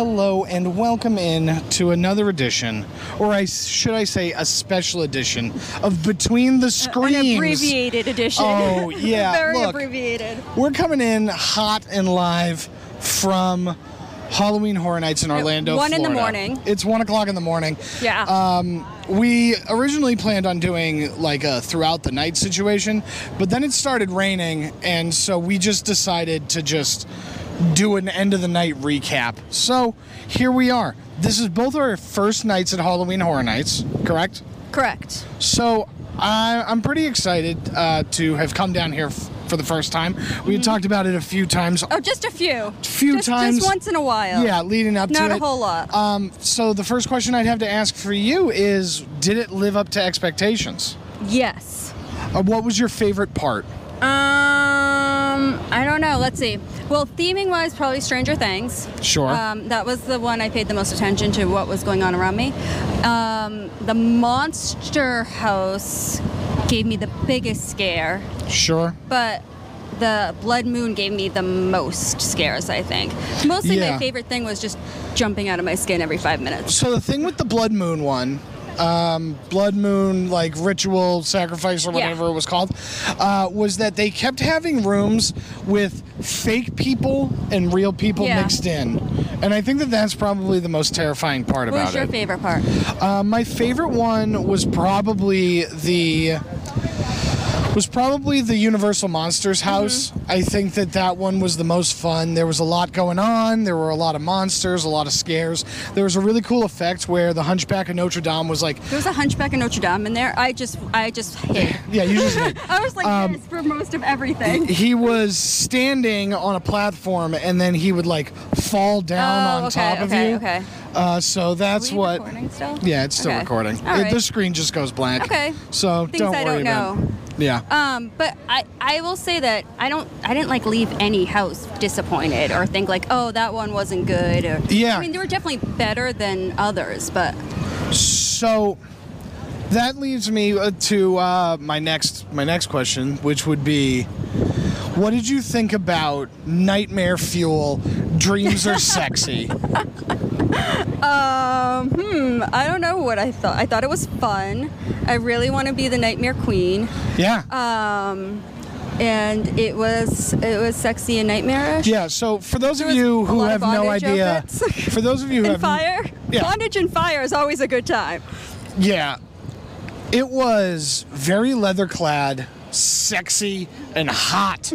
and welcome in to another edition, or I should I say, a special edition of Between the Screens. An abbreviated edition. Oh, yeah, Very look. abbreviated. We're coming in hot and live from Halloween Horror Nights in Orlando. one in the Florida. morning. It's one o'clock in the morning. Yeah. Um, we originally planned on doing like a throughout the night situation, but then it started raining, and so we just decided to just do an end of the night recap. So here we are. This is both our first nights at Halloween Horror Nights, correct? Correct. So I, I'm pretty excited uh, to have come down here f- for the first time. We had talked about it a few times. Mm-hmm. Oh, just a few. Few just, times. Just once in a while. Yeah, leading up to Not it. a whole lot. Um, so the first question I'd have to ask for you is, did it live up to expectations? yes. Uh, what was your favorite part? Um, I don't know. Let's see. Well, theming wise, probably Stranger Things. Sure. Um, that was the one I paid the most attention to. What was going on around me? Um, the monster house gave me the biggest scare. Sure. but the blood moon gave me the most scares i think mostly Yeah. my favorite thing was just jumping out of my skin every five minutes So the thing with the blood moon one, um, blood moon like ritual sacrifice or Yeah. whatever it was called, uh, was that they kept having rooms with fake people and real people Yeah. mixed in, and I think that that's probably the most terrifying part what about was your it. favorite part Uh, my favorite one was probably the was probably the Universal Monsters house. I think that that one was the most fun. There was a lot going on. There were a lot of monsters, a lot of scares. There was a really cool effect where the Hunchback of Notre Dame was like, there was a hunchback in notre dame in there i just i just hid yeah, you just i was like Um, yes for most of everything he was standing on a platform and then he would like fall down Oh, on okay, top of okay, you. okay. Uh, so that's Are we what. recording still? Yeah, it's still Okay. recording. All It- right. the screen just goes blank. Okay. So Things don't I worry don't about. it. know. Yeah. um but i i will say that i don't i didn't like leave any house disappointed or think like oh that one wasn't good or Yeah. i mean they were definitely better than others but So that leaves me uh, to uh, my next my next question, which would be, what did you think about Nightmare Fuel? Dreams are sexy. Um, hmm, I don't know what I thought. I thought it was fun. I really want to be the nightmare queen. Yeah. Um, and it was it was sexy and nightmarish. yeah. So for those of was you a who lot have of no bondage idea, outfits. for those of you who And have fire. yeah. Bondage and fire is always a good time. yeah, it was very leather clad, sexy, and hot.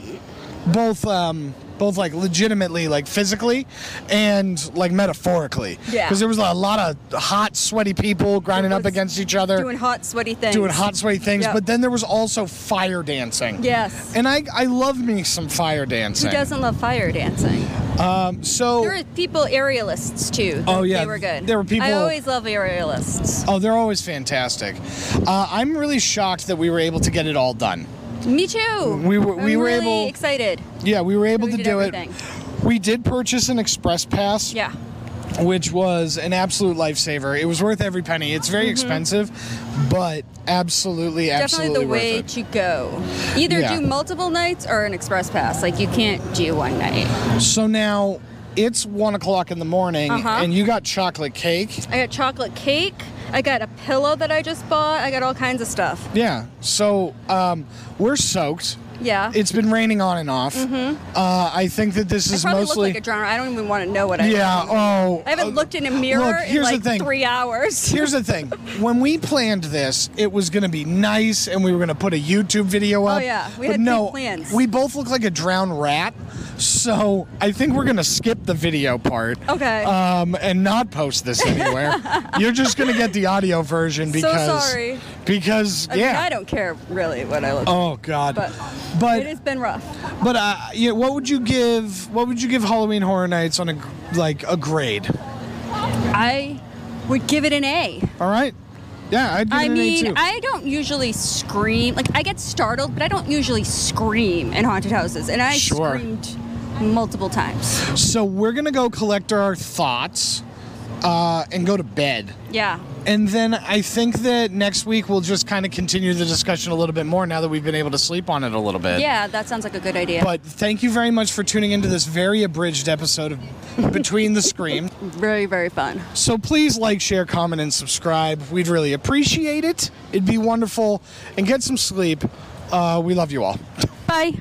Both um both like legitimately like physically and like metaphorically Yeah. because there was a lot of hot sweaty people grinding up was against each other Doing hot sweaty things. doing hot sweaty things Yep. but then there was also fire dancing Yes. and i i love me some fire dancing Who doesn't love fire dancing? so There were people aerialists too. Oh, yeah. They were good. There were people- I always love aerialists. oh they're always fantastic uh, i'm really shocked that we were able to get it all done Me too. We were- we I'm were really able- excited. yeah we were able to We did do everything. it we did purchase an express pass Yeah. which was an absolute lifesaver. It was worth every penny. It's very expensive, but absolutely, absolutely Mm-hmm. definitely the worth way it. to go. Either Yeah. do multiple nights or an express pass. Like you can't do one night. So now it's one o'clock in the morning, Uh-huh. and you got chocolate cake. I got chocolate cake. I got a pillow that I just bought. I got all kinds of stuff. Yeah. So um, we're soaked. Yeah. It's been raining on and off. Uh, I think that this I is probably mostly. look like a drunk. I don't even want to know what I. yeah. Oh. I haven't uh, looked in a mirror look, here's the in like thing. three hours. Here's the thing. When we planned this, it was going to be nice, and we were going to put a YouTube video up. Oh, yeah. We but had big no, plans. We both look like a drowned rat, so I think we're going to skip the video part. Okay. Um, and not post this anywhere. You're just going to get the audio version So because. sorry. Because I mean, yeah. I don't care really what I look. Oh God. But but It has been rough. but uh, yeah, what would you give? What would you give Halloween Horror Nights on a gr- like a grade? I would give it an A. All right. Yeah, I'd give I it an A mean, too. I don't usually scream. Like, I get startled, but I don't usually scream in haunted houses. And I Sure. screamed multiple times. So we're gonna go collect our thoughts uh, and go to bed. Yeah. And then I think that next week we'll just kind of continue the discussion a little bit more now that we've been able to sleep on it a little bit. Yeah, that sounds like a good idea. But thank you very much for tuning into this very abridged episode of Between the Scream. very, very fun. So please like, share, comment, and subscribe. We'd really appreciate it. It'd be wonderful. And get some sleep. Uh, we love you all. Bye.